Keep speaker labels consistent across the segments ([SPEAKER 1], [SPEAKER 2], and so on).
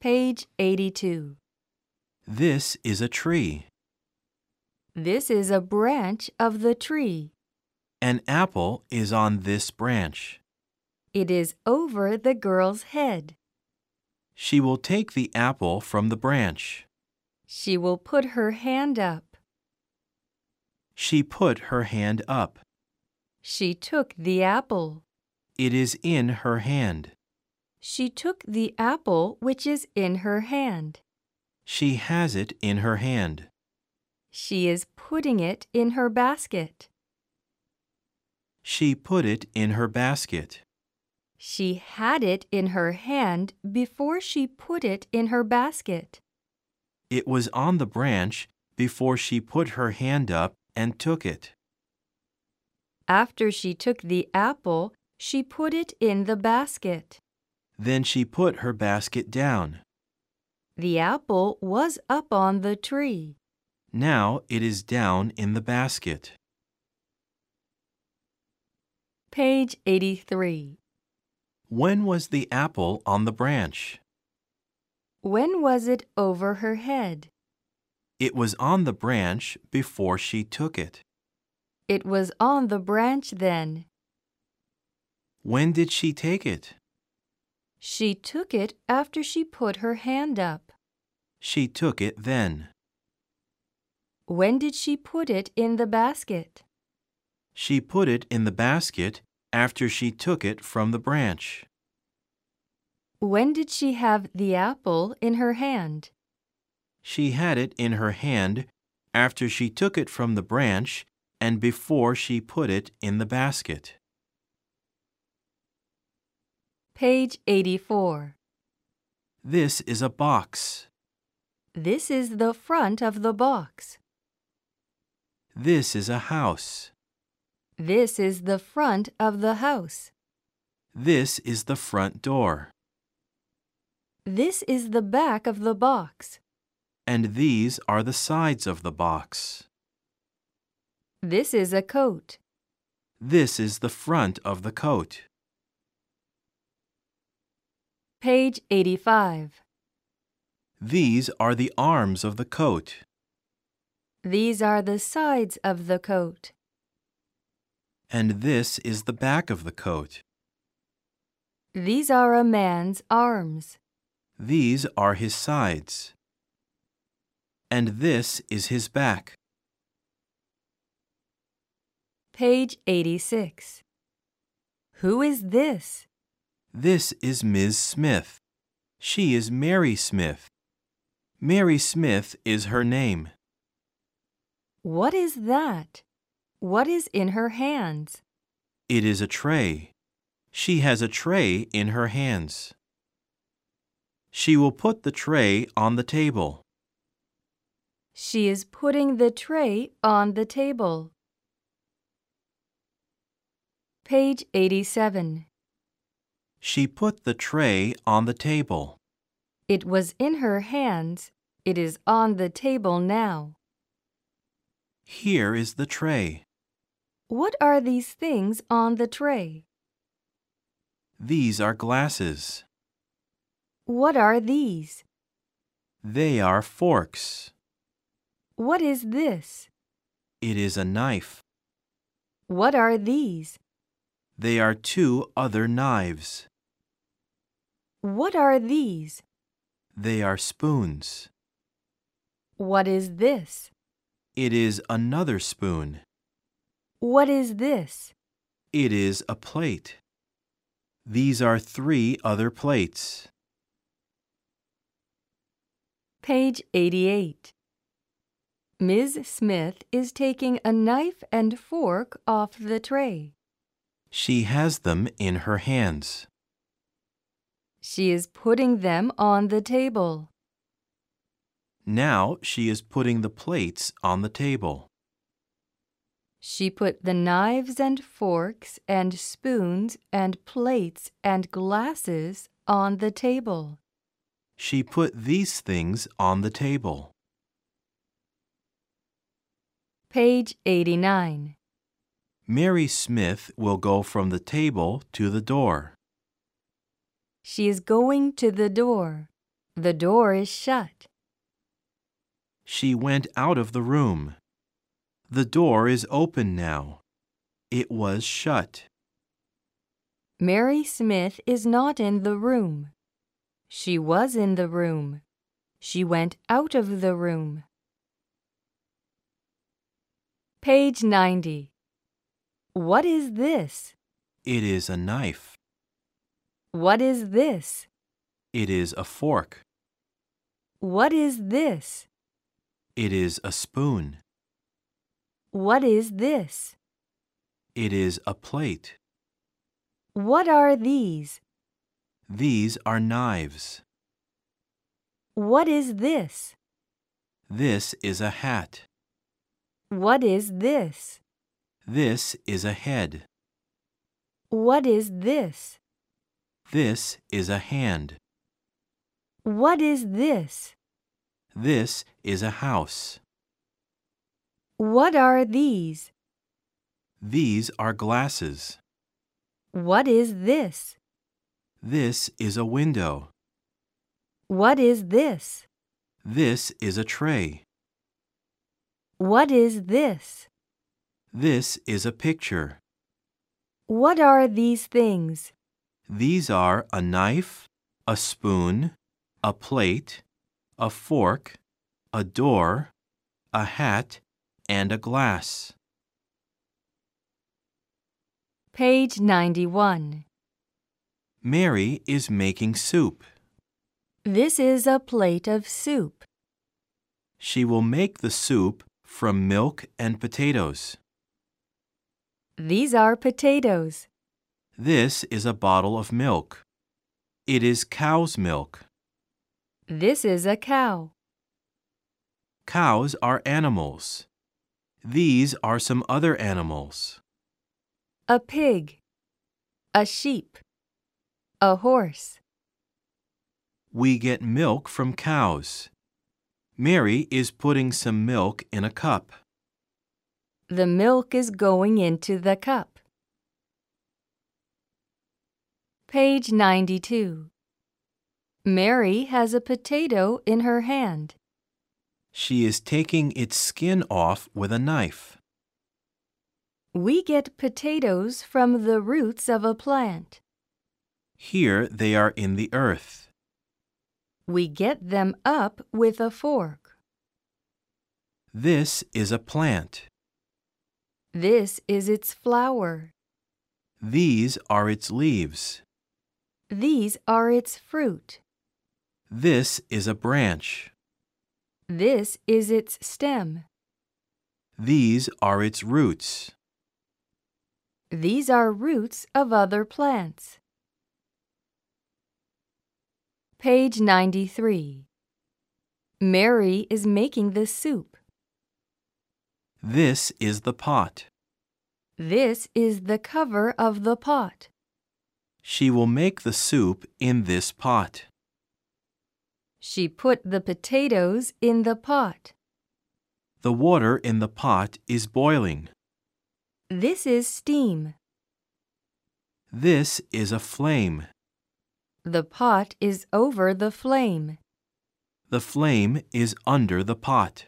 [SPEAKER 1] Page 82.
[SPEAKER 2] This is a tree.
[SPEAKER 1] This is a branch of the tree.
[SPEAKER 2] An apple is on this branch.
[SPEAKER 1] It is over the girl's head.
[SPEAKER 2] She will take the apple from the branch.
[SPEAKER 1] She will put her hand up.
[SPEAKER 2] She put her hand up.
[SPEAKER 1] She took the apple.
[SPEAKER 2] It is in her hand.
[SPEAKER 1] She took the apple which is in her hand.
[SPEAKER 2] She has it in her hand.
[SPEAKER 1] She is putting it in her basket.
[SPEAKER 2] She put it in her basket.
[SPEAKER 1] She had it in her hand before she put it in her basket.
[SPEAKER 2] It was on the branch before she put her hand up and took it.
[SPEAKER 1] After she took the apple, she put it in the basket.
[SPEAKER 2] Then she put her basket down.
[SPEAKER 1] The apple was up on the tree.
[SPEAKER 2] Now it is down in the basket.
[SPEAKER 1] Page 83.
[SPEAKER 2] When was the apple on the branch?
[SPEAKER 1] When was it over her head?
[SPEAKER 2] It was on the branch before she took it.
[SPEAKER 1] It was on the branch then.
[SPEAKER 2] When did she take it?
[SPEAKER 1] She took it after she put her hand up.
[SPEAKER 2] She took it then.
[SPEAKER 1] When did she put it in the basket?
[SPEAKER 2] She put it in the basket after she took it from the branch.
[SPEAKER 1] When did she have the apple in her hand?
[SPEAKER 2] She had it in her hand after she took it from the branch and before she put it in the basket.
[SPEAKER 1] Page 84.
[SPEAKER 2] This is a box.
[SPEAKER 1] This is the front of the box.
[SPEAKER 2] This is a house.
[SPEAKER 1] This is the front of the house.
[SPEAKER 2] This is the front door.
[SPEAKER 1] This is the back of the box.
[SPEAKER 2] And these are the sides of the box.
[SPEAKER 1] This is a coat.
[SPEAKER 2] This is the front of the coat.
[SPEAKER 1] Page 85.
[SPEAKER 2] These are the arms of the coat.
[SPEAKER 1] These are the sides of the coat.
[SPEAKER 2] And this is the back of the coat.
[SPEAKER 1] These are a man's arms.
[SPEAKER 2] These are his sides. And this is his back.
[SPEAKER 1] Page 86. Who is this?
[SPEAKER 2] This is Ms. Smith. She is Mary Smith. Mary Smith is her name.
[SPEAKER 1] What is that? What is in her hands?
[SPEAKER 2] It is a tray. She has a tray in her hands. She will put the tray on the table.
[SPEAKER 1] She is putting the tray on the table. Page 87.
[SPEAKER 2] She put the tray on the table.
[SPEAKER 1] It was in her hands. It is on the table now.
[SPEAKER 2] Here is the tray.
[SPEAKER 1] What are these things on the tray?
[SPEAKER 2] These are glasses.
[SPEAKER 1] What are these?
[SPEAKER 2] They are forks.
[SPEAKER 1] What is this?
[SPEAKER 2] It is a knife.
[SPEAKER 1] What are these?
[SPEAKER 2] They are two other knives.
[SPEAKER 1] What are these?
[SPEAKER 2] They are spoons.
[SPEAKER 1] What is this?
[SPEAKER 2] It is another spoon.
[SPEAKER 1] What is this?
[SPEAKER 2] It is a plate. These are three other plates.
[SPEAKER 1] Page 88. Ms. Smith is taking a knife and fork off the tray.
[SPEAKER 2] She has them in her hands.
[SPEAKER 1] She is putting them on the table.
[SPEAKER 2] Now she is putting the plates on the table.
[SPEAKER 1] She put the knives and forks and spoons and plates and glasses on the table.
[SPEAKER 2] She put these things on the table.
[SPEAKER 1] Page 89.
[SPEAKER 2] Mary Smith will go from the table to the door.
[SPEAKER 1] She is going to the door. The door is shut.
[SPEAKER 2] She went out of the room. The door is open now. It was shut.
[SPEAKER 1] Mary Smith is not in the room. She was in the room. She went out of the room. Page 90. What is this?
[SPEAKER 2] It is a knife.
[SPEAKER 1] What is this?
[SPEAKER 2] It is a fork.
[SPEAKER 1] What is this?
[SPEAKER 2] It is a spoon.
[SPEAKER 1] What is this?
[SPEAKER 2] It is a plate.
[SPEAKER 1] What are these?
[SPEAKER 2] These are knives.
[SPEAKER 1] What is this?
[SPEAKER 2] This is a hat.
[SPEAKER 1] What is this?
[SPEAKER 2] This is a head.
[SPEAKER 1] What is this?
[SPEAKER 2] This is a hand.
[SPEAKER 1] What is this?
[SPEAKER 2] This is a house.
[SPEAKER 1] What are these?
[SPEAKER 2] These are glasses.
[SPEAKER 1] What is this?
[SPEAKER 2] This is a window.
[SPEAKER 1] What is this?
[SPEAKER 2] This is a tray.
[SPEAKER 1] What is this?
[SPEAKER 2] This is a picture.
[SPEAKER 1] What are these things?
[SPEAKER 2] These are a knife, a spoon, a plate, a fork, a door, a hat, and a glass.
[SPEAKER 1] Page 91.
[SPEAKER 2] Mary is making soup.
[SPEAKER 1] This is a plate of soup.
[SPEAKER 2] She will make the soup from milk and potatoes.
[SPEAKER 1] These are potatoes.
[SPEAKER 2] This is a bottle of milk. It is cow's milk.
[SPEAKER 1] This is a cow.
[SPEAKER 2] Cows are animals. These are some other animals.
[SPEAKER 1] A pig. A sheep. A horse.
[SPEAKER 2] We get milk from cows. Mary is putting some milk in a cup.
[SPEAKER 1] The milk is going into the cup. Page 92. Mary has a potato in her hand.
[SPEAKER 2] She is taking its skin off with a knife.
[SPEAKER 1] We get potatoes from the roots of a plant.
[SPEAKER 2] Here they are in the earth.
[SPEAKER 1] We get them up with a fork.
[SPEAKER 2] This is a plant.
[SPEAKER 1] This is its flower.
[SPEAKER 2] These are its leaves.
[SPEAKER 1] These are its fruit.
[SPEAKER 2] This is a branch.
[SPEAKER 1] This is its stem.
[SPEAKER 2] These are its roots.
[SPEAKER 1] These are roots of other plants. Page 93. Mary is making the soup.
[SPEAKER 2] This is the pot.
[SPEAKER 1] This is the cover of the pot.
[SPEAKER 2] She will make the soup in this pot.
[SPEAKER 1] She put the potatoes in the pot.
[SPEAKER 2] The water in the pot is boiling.
[SPEAKER 1] This is steam.
[SPEAKER 2] This is a flame.
[SPEAKER 1] The pot is over the flame.
[SPEAKER 2] The flame is under the pot.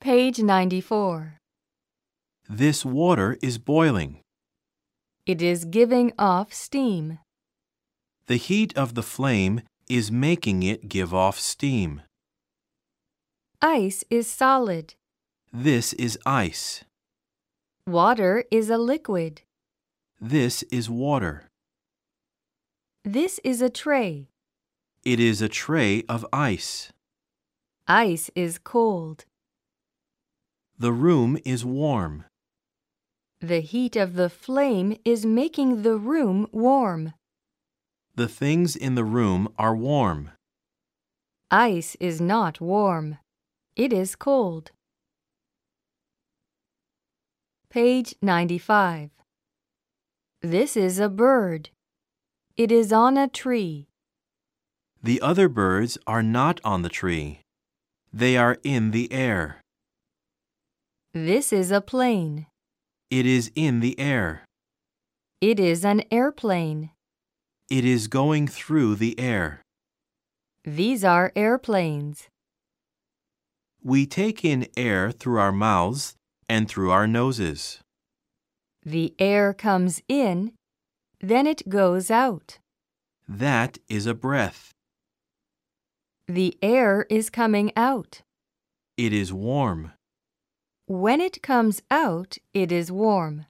[SPEAKER 1] Page 94.
[SPEAKER 2] This water is boiling.
[SPEAKER 1] It is giving off steam.
[SPEAKER 2] The heat of the flame is making it give off steam.
[SPEAKER 1] Ice is solid.
[SPEAKER 2] This is ice.
[SPEAKER 1] Water is a liquid.
[SPEAKER 2] This is water.
[SPEAKER 1] This is a tray.
[SPEAKER 2] It is a tray of ice.
[SPEAKER 1] Ice is cold.
[SPEAKER 2] The room is warm.
[SPEAKER 1] The heat of the flame is making the room warm.
[SPEAKER 2] The things in the room are warm.
[SPEAKER 1] Ice is not warm. It is cold. Page 95. This is a bird. It is on a tree.
[SPEAKER 2] The other birds are not on the tree. They are in the air.
[SPEAKER 1] This is a plane.
[SPEAKER 2] It is in the air.
[SPEAKER 1] It is an airplane.
[SPEAKER 2] It is going through the air.
[SPEAKER 1] These are airplanes.
[SPEAKER 2] We take in air through our mouths and through our noses.
[SPEAKER 1] The air comes in, then it goes out.
[SPEAKER 2] That is a breath.
[SPEAKER 1] The air is coming out.
[SPEAKER 2] It is warm.
[SPEAKER 1] When it comes out, it is warm.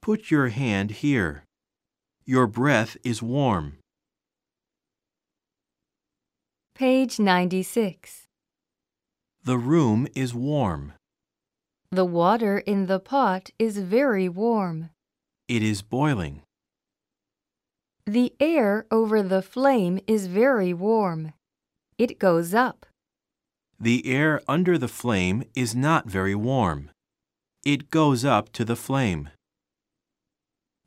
[SPEAKER 2] Put your hand here. Your breath is warm.
[SPEAKER 1] Page 96.
[SPEAKER 2] The room is warm.
[SPEAKER 1] The water in the pot is very warm.
[SPEAKER 2] It is boiling.
[SPEAKER 1] The air over the flame is very warm. It goes up.
[SPEAKER 2] The air under the flame is not very warm. It goes up to the flame.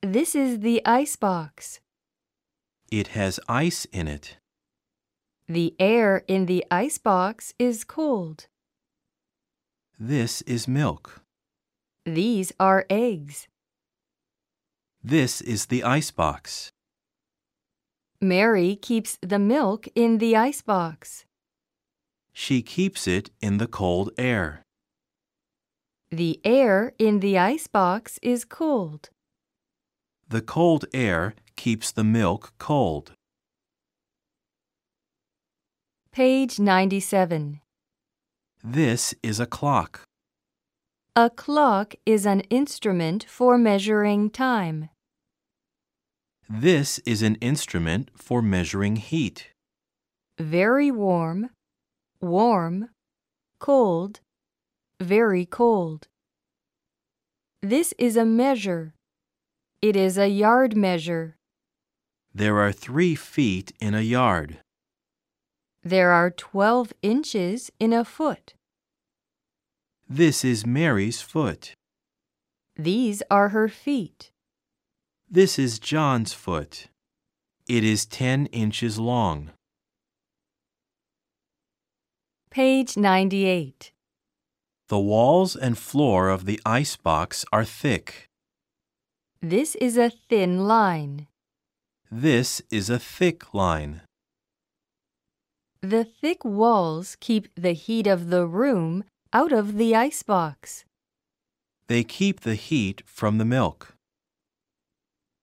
[SPEAKER 1] This is the icebox.
[SPEAKER 2] It has ice in it.
[SPEAKER 1] The air in the icebox is cold.
[SPEAKER 2] This is milk.
[SPEAKER 1] These are eggs.
[SPEAKER 2] This is the icebox.
[SPEAKER 1] Mary keeps the milk in the icebox.
[SPEAKER 2] She keeps it in the cold air.
[SPEAKER 1] The air in the icebox is cold.
[SPEAKER 2] The cold air keeps the milk cold.
[SPEAKER 1] Page 97.
[SPEAKER 2] This is a clock.
[SPEAKER 1] A clock is an instrument for measuring time.
[SPEAKER 2] This is an instrument for measuring heat.
[SPEAKER 1] Very warm, warm, cold, very cold. This is a measure. It is a yard measure.
[SPEAKER 2] There are three feet in a yard.
[SPEAKER 1] There are 12 inches in a foot.
[SPEAKER 2] This is Mary's foot.
[SPEAKER 1] These are her feet.
[SPEAKER 2] This is John's foot. It is 10 inches long.
[SPEAKER 1] Page 98.
[SPEAKER 2] The walls and floor of the icebox are thick.
[SPEAKER 1] This is a thin line.
[SPEAKER 2] This is a thick line.
[SPEAKER 1] The thick walls keep the heat of the room out of the icebox.
[SPEAKER 2] They keep the heat from the milk.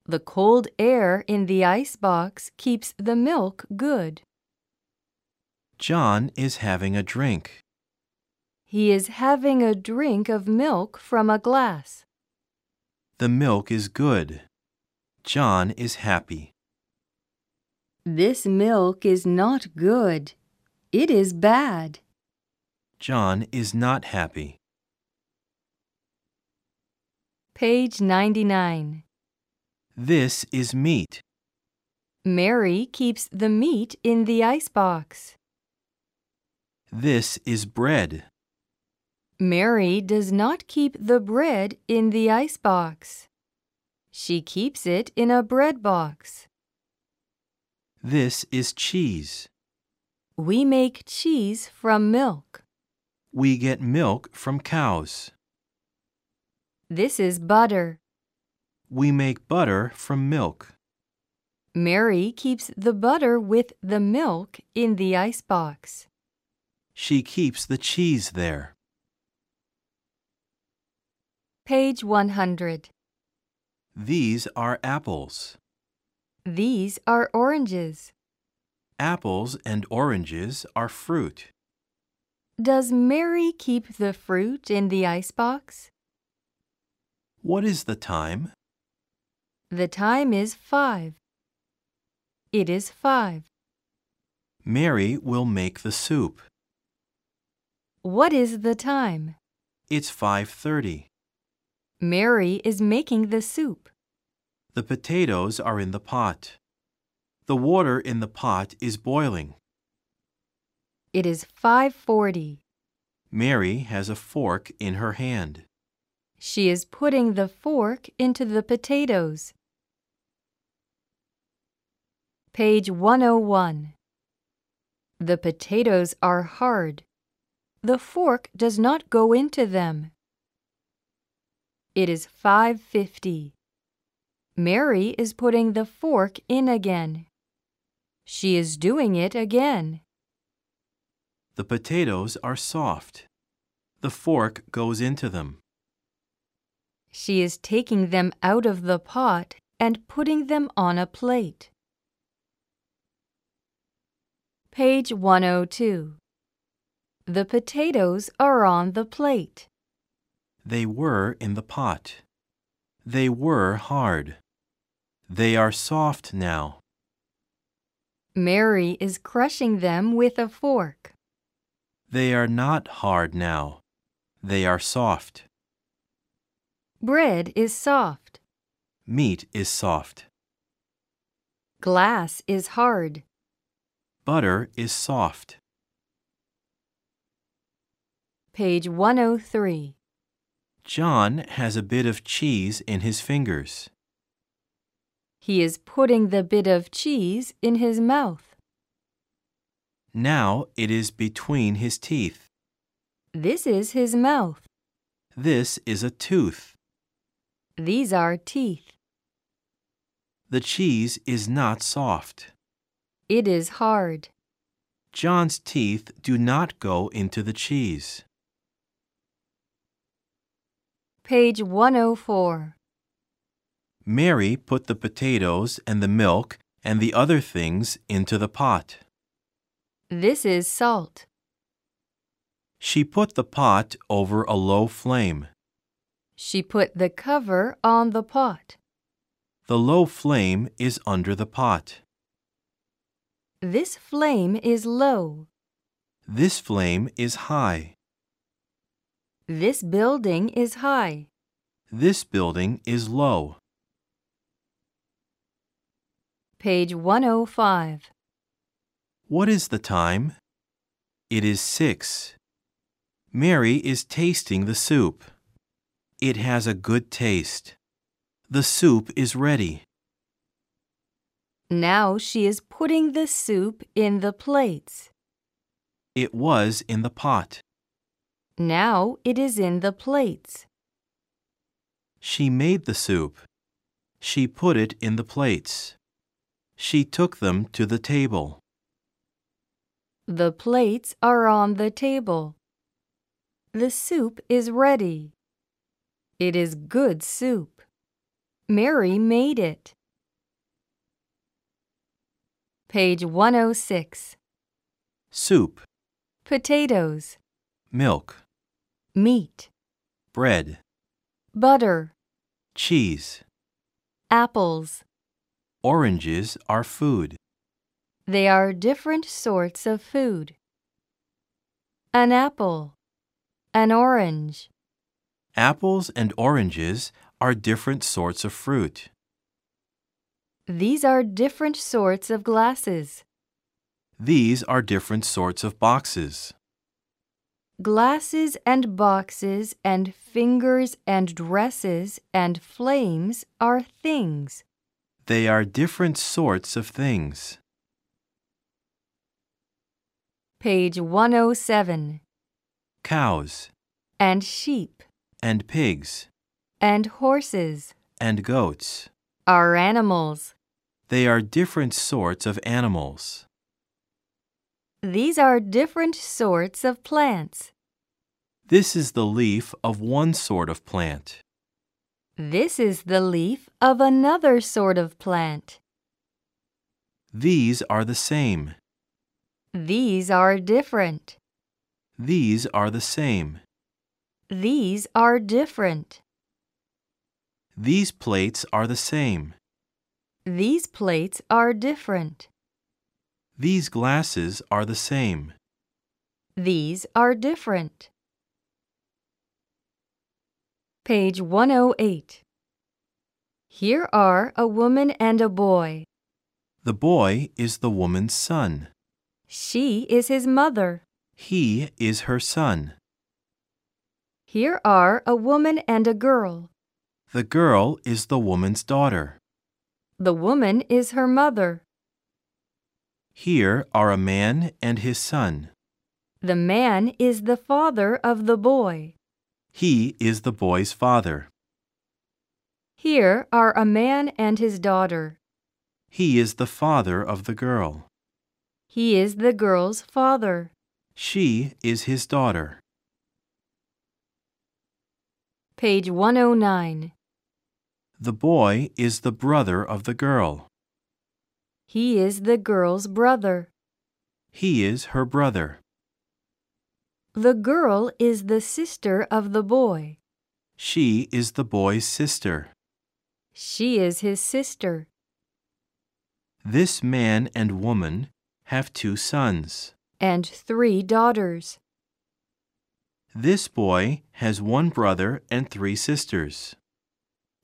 [SPEAKER 1] The cold air in the icebox keeps the milk good.
[SPEAKER 2] John is having a drink.
[SPEAKER 1] He is having a drink of milk from a glass.
[SPEAKER 2] The milk is good. John is happy.
[SPEAKER 1] This milk is not good. It is bad.
[SPEAKER 2] John is not happy.
[SPEAKER 1] Page 99.
[SPEAKER 2] This is meat.
[SPEAKER 1] Mary keeps the meat in the icebox.
[SPEAKER 2] This is bread.
[SPEAKER 1] Mary does not keep the bread in the icebox. She keeps it in a bread box.
[SPEAKER 2] This is cheese.
[SPEAKER 1] We make cheese from milk.
[SPEAKER 2] We get milk from cows.
[SPEAKER 1] This is butter.
[SPEAKER 2] We make butter from milk.
[SPEAKER 1] Mary keeps the butter with the milk in the icebox.
[SPEAKER 2] She keeps the cheese there.
[SPEAKER 1] Page 100.
[SPEAKER 2] These are apples.
[SPEAKER 1] These are oranges.
[SPEAKER 2] Apples and oranges are fruit.
[SPEAKER 1] Does Mary keep the fruit in the icebox?
[SPEAKER 2] What is the time?
[SPEAKER 1] The time is five. It is five.
[SPEAKER 2] Mary will make the soup.
[SPEAKER 1] What is the time?
[SPEAKER 2] It's 5:30.
[SPEAKER 1] Mary is making the soup.
[SPEAKER 2] The potatoes are in the pot. The water in the pot is boiling.
[SPEAKER 1] It is 5:40.
[SPEAKER 2] Mary has a fork in her hand.
[SPEAKER 1] She is putting the fork into the potatoes. Page 101. The potatoes are hard. The fork does not go into them. It is 5:50. Mary is putting the fork in again. She is doing it again.
[SPEAKER 2] The potatoes are soft. The fork goes into them.
[SPEAKER 1] She is taking them out of the pot and putting them on a plate. Page 102. The potatoes are on the plate.
[SPEAKER 2] They were in the pot. They were hard. They are soft now.
[SPEAKER 1] Mary is crushing them with a fork.
[SPEAKER 2] They are not hard now. They are soft.
[SPEAKER 1] Bread is soft.
[SPEAKER 2] Meat is soft.
[SPEAKER 1] Glass is hard.
[SPEAKER 2] Butter is soft.
[SPEAKER 1] Page 103.
[SPEAKER 2] John has a bit of cheese in his fingers.
[SPEAKER 1] He is putting the bit of cheese in his mouth.
[SPEAKER 2] Now it is between his teeth.
[SPEAKER 1] This is his mouth.
[SPEAKER 2] This is a tooth.
[SPEAKER 1] These are teeth.
[SPEAKER 2] The cheese is not soft.
[SPEAKER 1] It is hard.
[SPEAKER 2] John's teeth do not go into the cheese.
[SPEAKER 1] Page 104.
[SPEAKER 2] Mary put the potatoes and the milk and the other things into the pot.
[SPEAKER 1] This is salt.
[SPEAKER 2] She put the pot over a low flame.
[SPEAKER 1] She put the cover on the pot.
[SPEAKER 2] The low flame is under the pot.
[SPEAKER 1] This flame is low.
[SPEAKER 2] This flame is high.
[SPEAKER 1] This building is high.
[SPEAKER 2] This building is low.
[SPEAKER 1] Page 105.
[SPEAKER 2] What is the time? It is six. Mary is tasting the soup. It has a good taste. The soup is ready.
[SPEAKER 1] Now she is putting the soup in the plates.
[SPEAKER 2] It was in the pot.
[SPEAKER 1] Now it is in the plates.
[SPEAKER 2] She made the soup. She put it in the plates. She took them to the table.
[SPEAKER 1] The plates are on the table. The soup is ready. It is good soup. Mary made it. Page 106.
[SPEAKER 2] Soup,
[SPEAKER 1] Potatoes,
[SPEAKER 2] milk,
[SPEAKER 1] meat,
[SPEAKER 2] bread,
[SPEAKER 1] butter,
[SPEAKER 2] cheese.
[SPEAKER 1] apples.
[SPEAKER 2] Oranges are food.
[SPEAKER 1] They are different sorts of food. An apple, an orange,
[SPEAKER 2] Apples and oranges are different sorts of fruit.
[SPEAKER 1] these are different sorts of glasses.
[SPEAKER 2] These are different sorts of boxes.
[SPEAKER 1] Glasses and boxes and fingers and dresses and flames are things.
[SPEAKER 2] They are different sorts of things.
[SPEAKER 1] Page 107.
[SPEAKER 2] Cows,
[SPEAKER 1] And sheep,
[SPEAKER 2] and pigs,
[SPEAKER 1] and horses,
[SPEAKER 2] and goats.
[SPEAKER 1] are animals.
[SPEAKER 2] They are different sorts of animals.
[SPEAKER 1] These are different sorts of plants.
[SPEAKER 2] This is the leaf of one sort of plant.
[SPEAKER 1] This is the leaf of another sort of plant.
[SPEAKER 2] These are the same.
[SPEAKER 1] These are different.
[SPEAKER 2] These are the same.
[SPEAKER 1] These are different.
[SPEAKER 2] These plates are the same.
[SPEAKER 1] These plates are different.
[SPEAKER 2] These glasses are the same.
[SPEAKER 1] These are different. Page 108. Here are a woman and a boy.
[SPEAKER 2] The boy is the woman's son.
[SPEAKER 1] She is his mother.
[SPEAKER 2] He is her son.
[SPEAKER 1] Here are a woman and a girl.
[SPEAKER 2] The girl is the woman's daughter.
[SPEAKER 1] The woman is her mother.
[SPEAKER 2] Here are a man and his son.
[SPEAKER 1] The man is the father of the boy.
[SPEAKER 2] He is the boy's father.
[SPEAKER 1] Here are a man and his daughter.
[SPEAKER 2] He is the father of the girl.
[SPEAKER 1] He is the girl's father.
[SPEAKER 2] She is his daughter.
[SPEAKER 1] Page 109.
[SPEAKER 2] The boy is the brother of the girl.
[SPEAKER 1] He is the girl's brother.
[SPEAKER 2] He is her brother.
[SPEAKER 1] The girl is the sister of the boy.
[SPEAKER 2] She is the boy's sister.
[SPEAKER 1] She is his sister.
[SPEAKER 2] This man and woman have two sons.
[SPEAKER 1] And three daughters.
[SPEAKER 2] This boy has one brother and three sisters.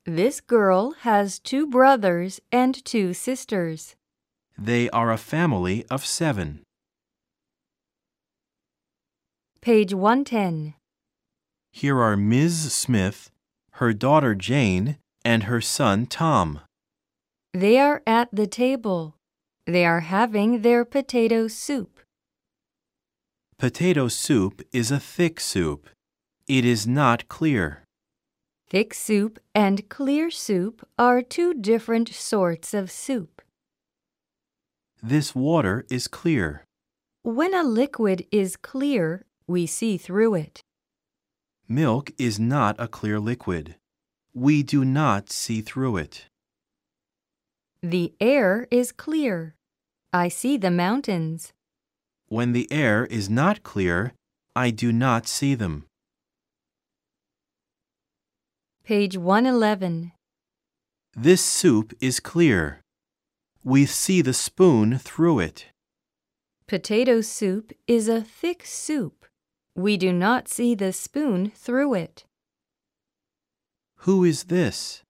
[SPEAKER 1] This girl has two brothers and two sisters.
[SPEAKER 2] They are a family of seven.
[SPEAKER 1] Page 110.
[SPEAKER 2] Here are Ms. Smith, her daughter Jane, and her son Tom.
[SPEAKER 1] They are at the table. They are having their potato soup.
[SPEAKER 2] Potato soup is a thick soup. It is not clear.
[SPEAKER 1] Thick soup and clear soup are two different sorts of soup.
[SPEAKER 2] This water is clear.
[SPEAKER 1] When a liquid is clear, we see through it.
[SPEAKER 2] Milk is not a clear liquid. We do not see through it.
[SPEAKER 1] The air is clear. I see the mountains.
[SPEAKER 2] When the air is not clear, I do not see them.
[SPEAKER 1] Page 111.
[SPEAKER 2] This soup is clear. We see the spoon through it.
[SPEAKER 1] Potato soup is a thick soup. We do not see the spoon through it.
[SPEAKER 2] Who is this?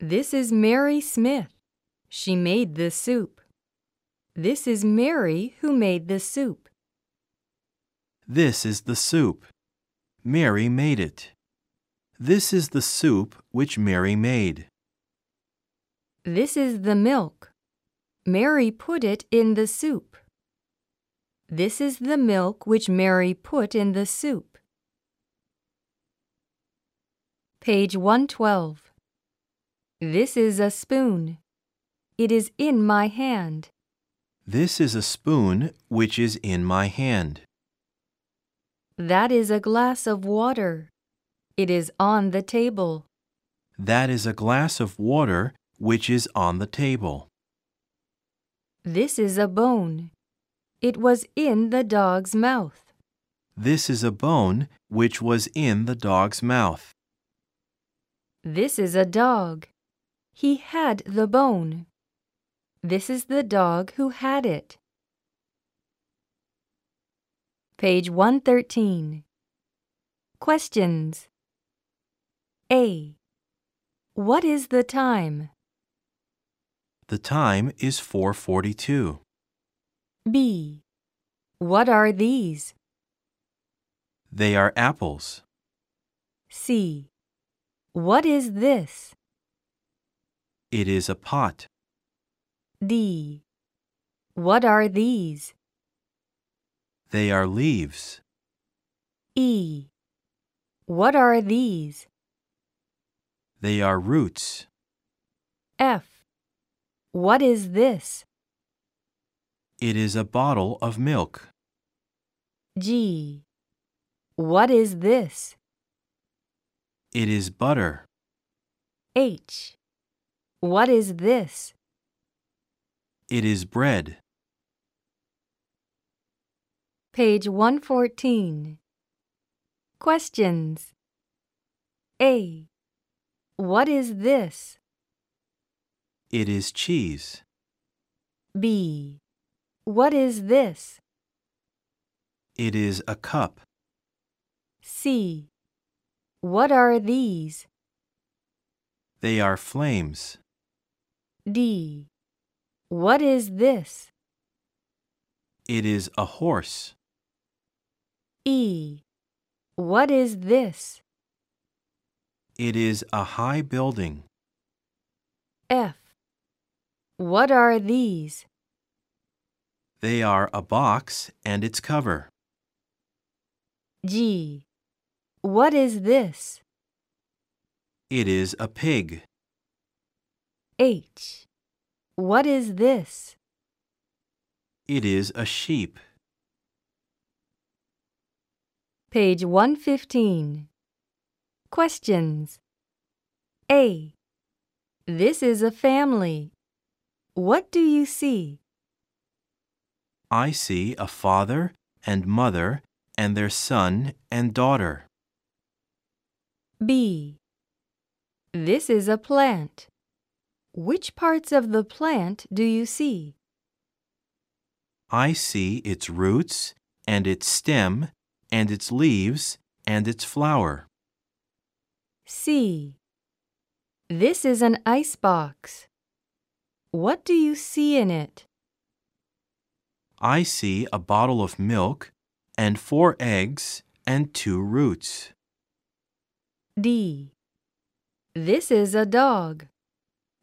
[SPEAKER 1] This is Mary Smith. She made the soup. This is Mary who made the soup.
[SPEAKER 2] This is the soup. Mary made it. This is the soup which Mary made.
[SPEAKER 1] This is the milk. Mary put it in the soup. This is the milk which Mary put in the soup. Page 112. This is a spoon. It is in my hand.
[SPEAKER 2] This is a spoon which is in my hand.
[SPEAKER 1] That is a glass of water. It is on the table.
[SPEAKER 2] That is a glass of water which is on the table.
[SPEAKER 1] This is a bone. It was in the dog's mouth.
[SPEAKER 2] This is a bone which was in the dog's mouth.
[SPEAKER 1] This is a dog. He had the bone. This is the dog who had it. Page 113. Questions A. What is the time?
[SPEAKER 2] The time is 4:42.
[SPEAKER 1] B. What are these?
[SPEAKER 2] They are apples.
[SPEAKER 1] C. What is this?
[SPEAKER 2] It is a pot.
[SPEAKER 1] D. What are these?
[SPEAKER 2] They are leaves.
[SPEAKER 1] E. What are these?
[SPEAKER 2] They are roots.
[SPEAKER 1] F. What is this?
[SPEAKER 2] It is a bottle of milk.
[SPEAKER 1] G. What is this?
[SPEAKER 2] It is butter.
[SPEAKER 1] H. What is this?
[SPEAKER 2] It is bread.
[SPEAKER 1] Page 114. Questions A. What is this?
[SPEAKER 2] It is cheese.
[SPEAKER 1] B. What is this?
[SPEAKER 2] It is a cup.
[SPEAKER 1] C. What are these?
[SPEAKER 2] They are flames.
[SPEAKER 1] D. What is this?
[SPEAKER 2] It is a horse.
[SPEAKER 1] E. What is this?
[SPEAKER 2] It is a high building.
[SPEAKER 1] F. What are these?
[SPEAKER 2] They are a box and its cover.
[SPEAKER 1] G. What is this?
[SPEAKER 2] It is a pig.
[SPEAKER 1] H. What is this?
[SPEAKER 2] It is a sheep.
[SPEAKER 1] Page 115. Questions. A. This is a family. What do you see?
[SPEAKER 2] I see a father and mother and their son and daughter.
[SPEAKER 1] B. This is a plant. Which parts of the plant do you see?
[SPEAKER 2] I see its roots and its stem and its leaves and its flower.
[SPEAKER 1] C. This is an icebox. What do you see in it?
[SPEAKER 2] I see a bottle of milk and four eggs and two roots.
[SPEAKER 1] D. This is a dog.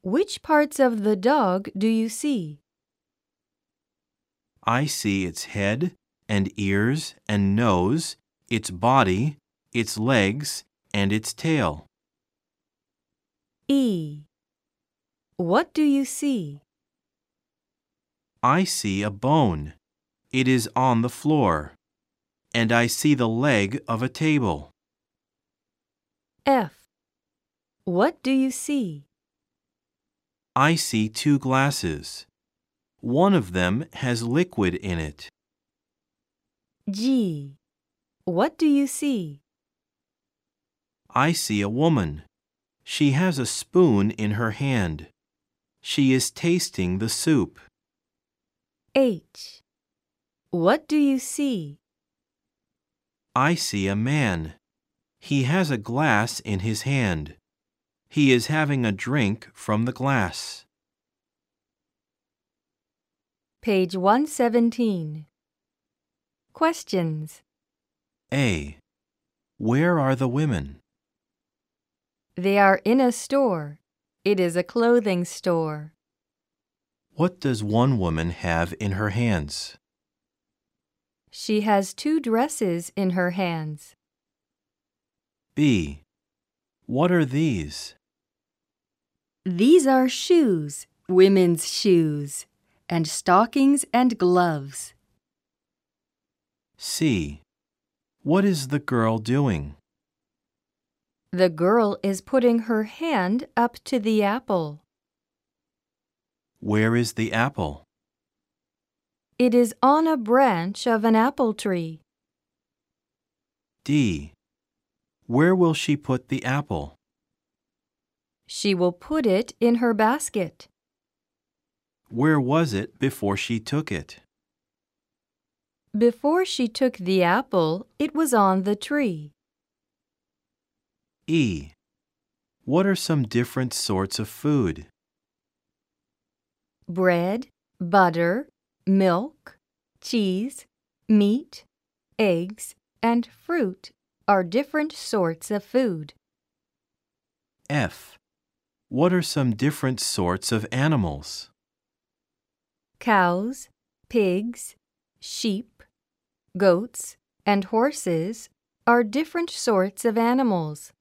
[SPEAKER 1] Which parts of the dog do you see?
[SPEAKER 2] I see its head and ears and nose, its body, its legs, and its tail.
[SPEAKER 1] E. What do you see?
[SPEAKER 2] I see a bone. It is on the floor. And I see the leg of a table.
[SPEAKER 1] F. What do you see?
[SPEAKER 2] I see two glasses. One of them has liquid in it.
[SPEAKER 1] G. What do you see?
[SPEAKER 2] I see a woman. She has a spoon in her hand. She is tasting the soup.
[SPEAKER 1] H. What do you see?
[SPEAKER 2] I see a man. He has a glass in his hand. He is having a drink from the glass.
[SPEAKER 1] Page 117. Questions.
[SPEAKER 2] A. Where are the women?
[SPEAKER 1] They are in a store. It is a clothing store.
[SPEAKER 2] What does one woman have in her hands?
[SPEAKER 1] She has two dresses in her hands.
[SPEAKER 2] B. What are these?
[SPEAKER 1] These are shoes, women's shoes, and stockings and gloves.
[SPEAKER 2] C. What is the girl doing?
[SPEAKER 1] The girl is putting her hand up to the apple.
[SPEAKER 2] Where is the apple?
[SPEAKER 1] It is on a branch of an apple tree.
[SPEAKER 2] D. Where will she put the apple?
[SPEAKER 1] She will put it in her basket.
[SPEAKER 2] Where was it before she took it?
[SPEAKER 1] Before she took the apple, it was on the tree.
[SPEAKER 2] E. What are some different sorts of food?
[SPEAKER 1] bread, butter, milk, cheese, meat, eggs, and fruit are different sorts of food.
[SPEAKER 2] F. What are some different sorts of animals?
[SPEAKER 1] Cows, pigs, sheep, goats, and horses are different sorts of animals.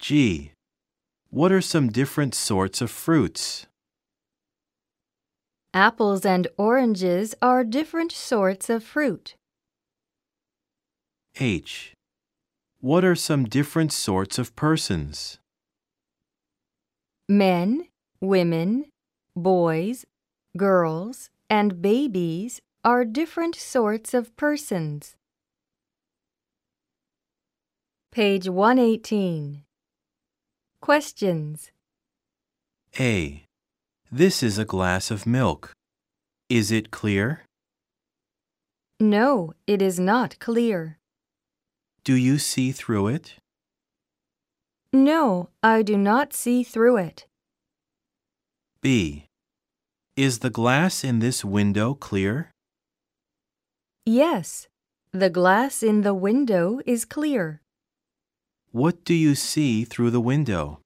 [SPEAKER 2] G. What are some different sorts of fruits?
[SPEAKER 1] Apples and oranges are different sorts of fruit.
[SPEAKER 2] H. What are some different sorts of persons?
[SPEAKER 1] Men, women, boys, girls, and babies are different sorts of persons. Page 118. Questions.
[SPEAKER 2] A. This is a glass of milk. Is it clear?
[SPEAKER 1] No, it is not clear.
[SPEAKER 2] Do you see through it?
[SPEAKER 1] No, I do not see through it.
[SPEAKER 2] B. Is the glass in this window clear?
[SPEAKER 1] Yes, the glass in the window is clear.
[SPEAKER 2] What do you see through the window?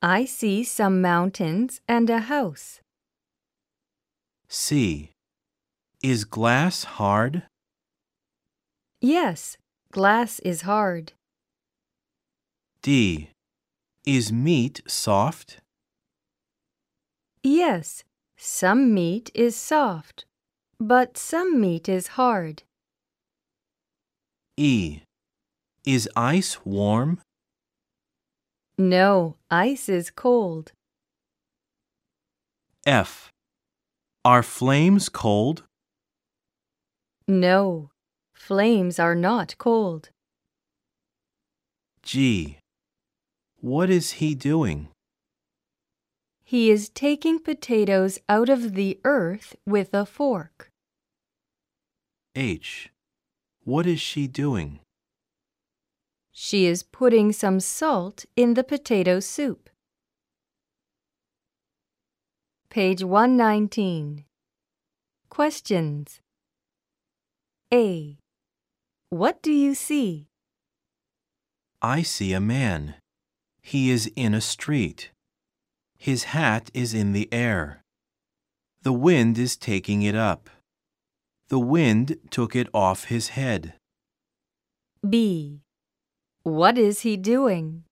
[SPEAKER 1] I see some mountains and a house.
[SPEAKER 2] C. Is glass hard?
[SPEAKER 1] Yes, glass is hard.
[SPEAKER 2] D. Is meat soft?
[SPEAKER 1] Yes, some meat is soft, but some meat is hard.
[SPEAKER 2] E. Is ice warm?
[SPEAKER 1] No, ice is cold.
[SPEAKER 2] F. Are flames cold?
[SPEAKER 1] No, flames are not cold.
[SPEAKER 2] G. What is he doing?
[SPEAKER 1] He is taking potatoes out of the earth with a fork.
[SPEAKER 2] H. What is she doing?
[SPEAKER 1] She is putting some salt in the potato soup. Page 119. Questions A. What do you see?
[SPEAKER 2] I see a man. He is in a street. His hat is in the air. The wind is taking it up. The wind took it off his head.
[SPEAKER 1] B. What is he doing?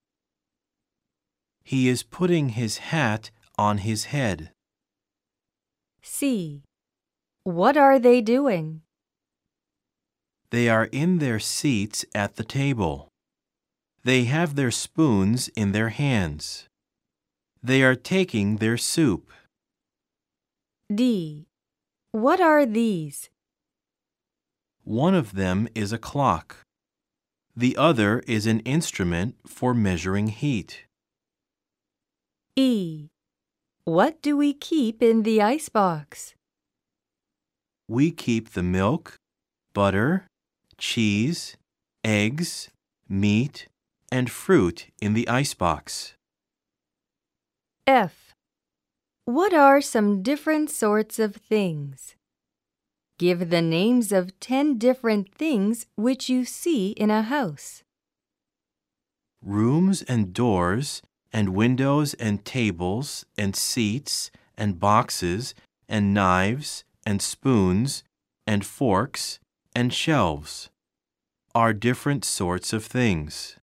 [SPEAKER 2] He is putting his hat on his head.
[SPEAKER 1] C. What are they doing?
[SPEAKER 2] They are in their seats at the table. They have their spoons in their hands. They are taking their soup.
[SPEAKER 1] D. What are these?
[SPEAKER 2] One of them is a clock. The other is an instrument for measuring heat.
[SPEAKER 1] E. What do we keep in the icebox?
[SPEAKER 2] We keep the milk, butter, cheese, eggs, meat, and fruit in the icebox.
[SPEAKER 1] F. What are some different sorts of things? Give the names of 10 different things which you see in a house.
[SPEAKER 2] Rooms and doors, and windows and tables, and seats, and boxes, and knives, and spoons, and forks, and shelves are different sorts of things.